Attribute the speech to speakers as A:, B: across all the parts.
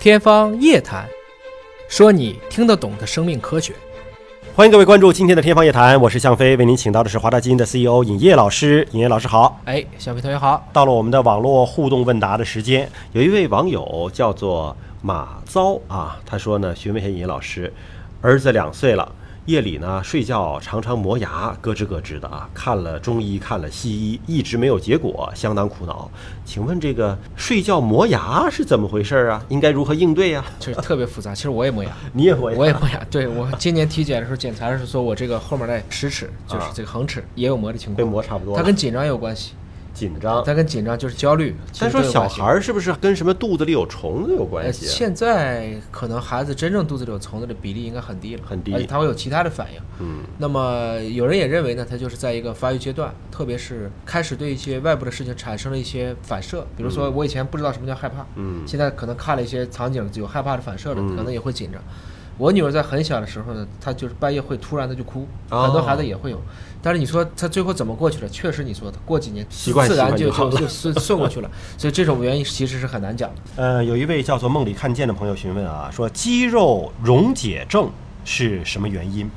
A: 天方夜谭，说你听得懂的生命科学。
B: 欢迎各位关注今天的《天方夜谭》，我是向飞，为您请到的是华大基因的 CEO 尹烨老师。尹烨老师好，
A: 哎，小飞同学好，
B: 到了我们的网络互动问答的时间，有一位网友叫做马糟啊，他说呢，询问一下尹烨老师，儿子两岁了。夜里呢，睡觉常常磨牙，咯吱咯吱的啊！看了中医，看了西医，一直没有结果，相当苦恼。请问这个睡觉磨牙是怎么回事儿啊？应该如何应对呀、
A: 就是特别复杂。其实我也磨牙，
B: 你也磨牙？
A: 我也磨牙。对我今年体检的时候检查的时候说，我这个后面的食指就是这个恒齿也有磨的情
B: 被
A: 况，
B: 啊磨差不多了。
A: 它跟紧张有关系，
B: 紧张。
A: 它跟紧张就是焦虑。其
B: 但
A: 实都
B: 说
A: 有
B: 小
A: 关系
B: 孩儿是不是跟什么肚子里有虫子有
A: 呃，
B: 关系？啊
A: 现在可能孩子真正肚子里有虫子的比例应该很低了，
B: 很低
A: 而且他会有其他的反应。
B: 嗯，
A: 那么有人也认为呢，他就是在一个发育阶段，特别是开始对一些外部的事情产生了一些反射，比如说我以前不知道什么叫害怕，
B: 嗯
A: 现在可能看了一些场景有害怕的反射了，可能也会紧张。我女儿在很小的时候呢，她就是半夜会突然的就哭，
B: 哦
A: 很多孩子也会有。但是你说她最后怎么过去的？确实你说的，过几年
B: 习惯
A: 自然
B: 习惯
A: 就
B: 就好
A: 就
B: 了
A: 就顺顺过去了。所以这种原因其实是很难讲的。
B: 呃，有一位叫做梦里看见的朋友询问啊，说肌肉溶解症是什么原因？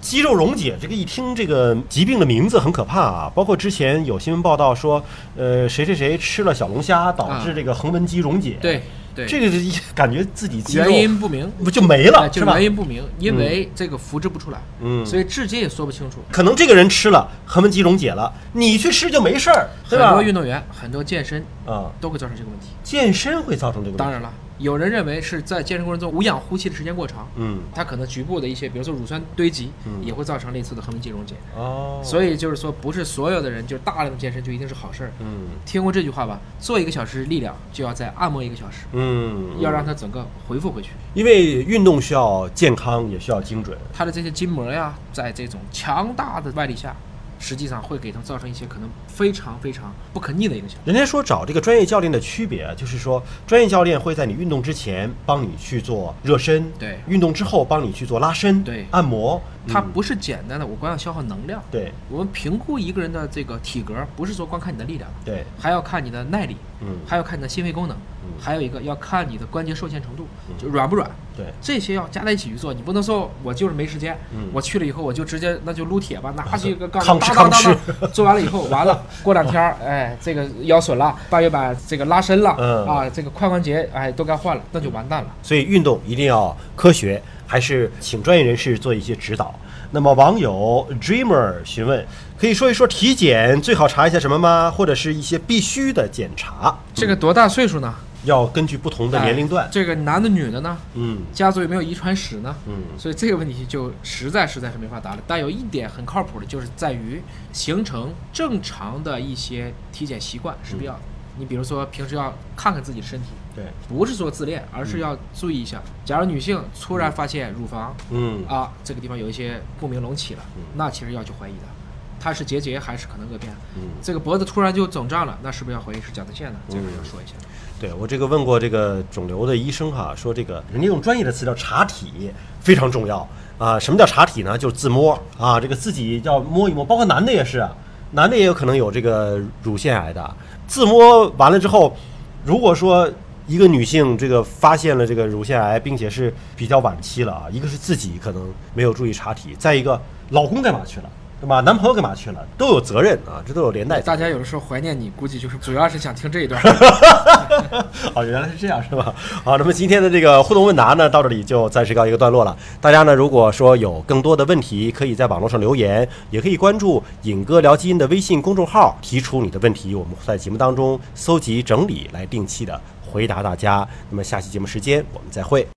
B: 肌肉溶解这个一听这个疾病的名字很可怕啊，包括之前有新闻报道说，呃，谁谁谁吃了小龙虾导致这个横纹肌溶解，
A: 对对
B: 这个是一感觉自己肌肉
A: 原因不明，
B: 不就没了
A: 哎就是
B: 吧
A: 原？因不明，因为这个复制不出来，
B: 嗯
A: 所以至今也说不清楚。
B: 可能这个人吃了横纹肌溶解了，你去吃就没事儿，对
A: 很
B: 吧？
A: 多运动员，很多健身
B: 啊、
A: 都会造成这个问题。
B: 健身会造成这个问题
A: 当然了，有人认为是在健身过程中无氧呼吸的时间过长，
B: 嗯
A: 它可能局部的一些，比如说乳酸堆积，
B: 嗯
A: 也会造成类似的横纹肌溶解。
B: 哦，
A: 所以就是说，不是所有的人就大量的健身就一定是好事儿。
B: 嗯
A: 听过这句话吧？做一个小时力量，就要再按摩一个小时，
B: 嗯，
A: 要让它整个恢复回去。
B: 因为运动需要健康，也需要精准。
A: 它的这些筋膜呀，在这种强大的外力下，实际上会给它造成一些可能非常非常不可逆的影响。
B: 人家说找这个专业教练的区别啊，就是说专业教练会在你运动之前帮你去做热身，
A: 对
B: 运动之后帮你去做拉伸，
A: 对
B: 按摩，
A: 它
B: 嗯
A: 不是简单的我光要消耗能量，
B: 对
A: 我们评估一个人的这个体格，不是说光看你的力量，
B: 对，
A: 还要看你的耐力，
B: 嗯
A: 还要看你的心肺功能，
B: 嗯
A: 还有一个要看你的关节受限程度，
B: 嗯
A: 就软不软。
B: 对，
A: 这些要加在一起去做，你不能说我就是没时间，
B: 嗯
A: 我去了以后我就直接那就撸铁吧，拿起一个 杠
B: 吭哧
A: 当当当
B: 吭
A: 当， 做完了以后完了，过两天 儿哎这个腰损了，半月板这个拉伸了，
B: 嗯
A: 啊这个髋关节哎都该换了，那就完蛋了。
B: 所以运动一定要科学，还是请专业人士做一些指导。那么网友 Dreamer 询问，可以说一说体检最好查一下什么吗？或者是一些必须的检查？
A: 这个多大岁数呢？
B: 要根据不同的年龄段
A: 哎。这个男的女的呢？
B: 嗯
A: 家族有没有遗传史呢？
B: 嗯
A: 所以这个问题就实在实在是没法答了。但有一点很靠谱的，就是在于形成正常的一些体检习惯是必要的。
B: 嗯
A: 你比如说，平时要看看自己的身体，
B: 对，
A: 不是说自恋，而是要注意一下。假如女性突然发现乳房
B: 嗯
A: 啊这个地方有一些不明隆起了，那其实要去怀疑的，她是结节还是可能恶变？
B: 嗯。
A: 这个脖子突然就肿胀了，那是不是要怀疑是甲状腺呢？这个要说一下。
B: 对我这个问过这个肿瘤的医生哈、说这个人家用专业的词叫查体非常重要啊。什么叫查体呢？就是自摸啊，这个自己要摸一摸，包括男的也是，啊，男的也有可能有这个乳腺癌的。自摸完了之后，如果说一个女性这个发现了这个乳腺癌，并且是比较晚期了啊，一个是自己可能没有注意查体，再一个老公干嘛去了，对吧？男朋友干嘛去了，都有责任啊，这都有连带责
A: 大
B: 任。
A: 家有的时候怀念你，估计就是主要是想听这一段。
B: 哦，原来是这样是吧？好，那么今天的这个互动问答呢，到这里就暂时告一个段落了。大家呢，如果说有更多的问题，可以在网络上留言，也可以关注“尹哥聊基因”的微信公众号，提出你的问题，我们会在节目当中搜集整理，来定期的回答大家。那么下期节目时间我们再会。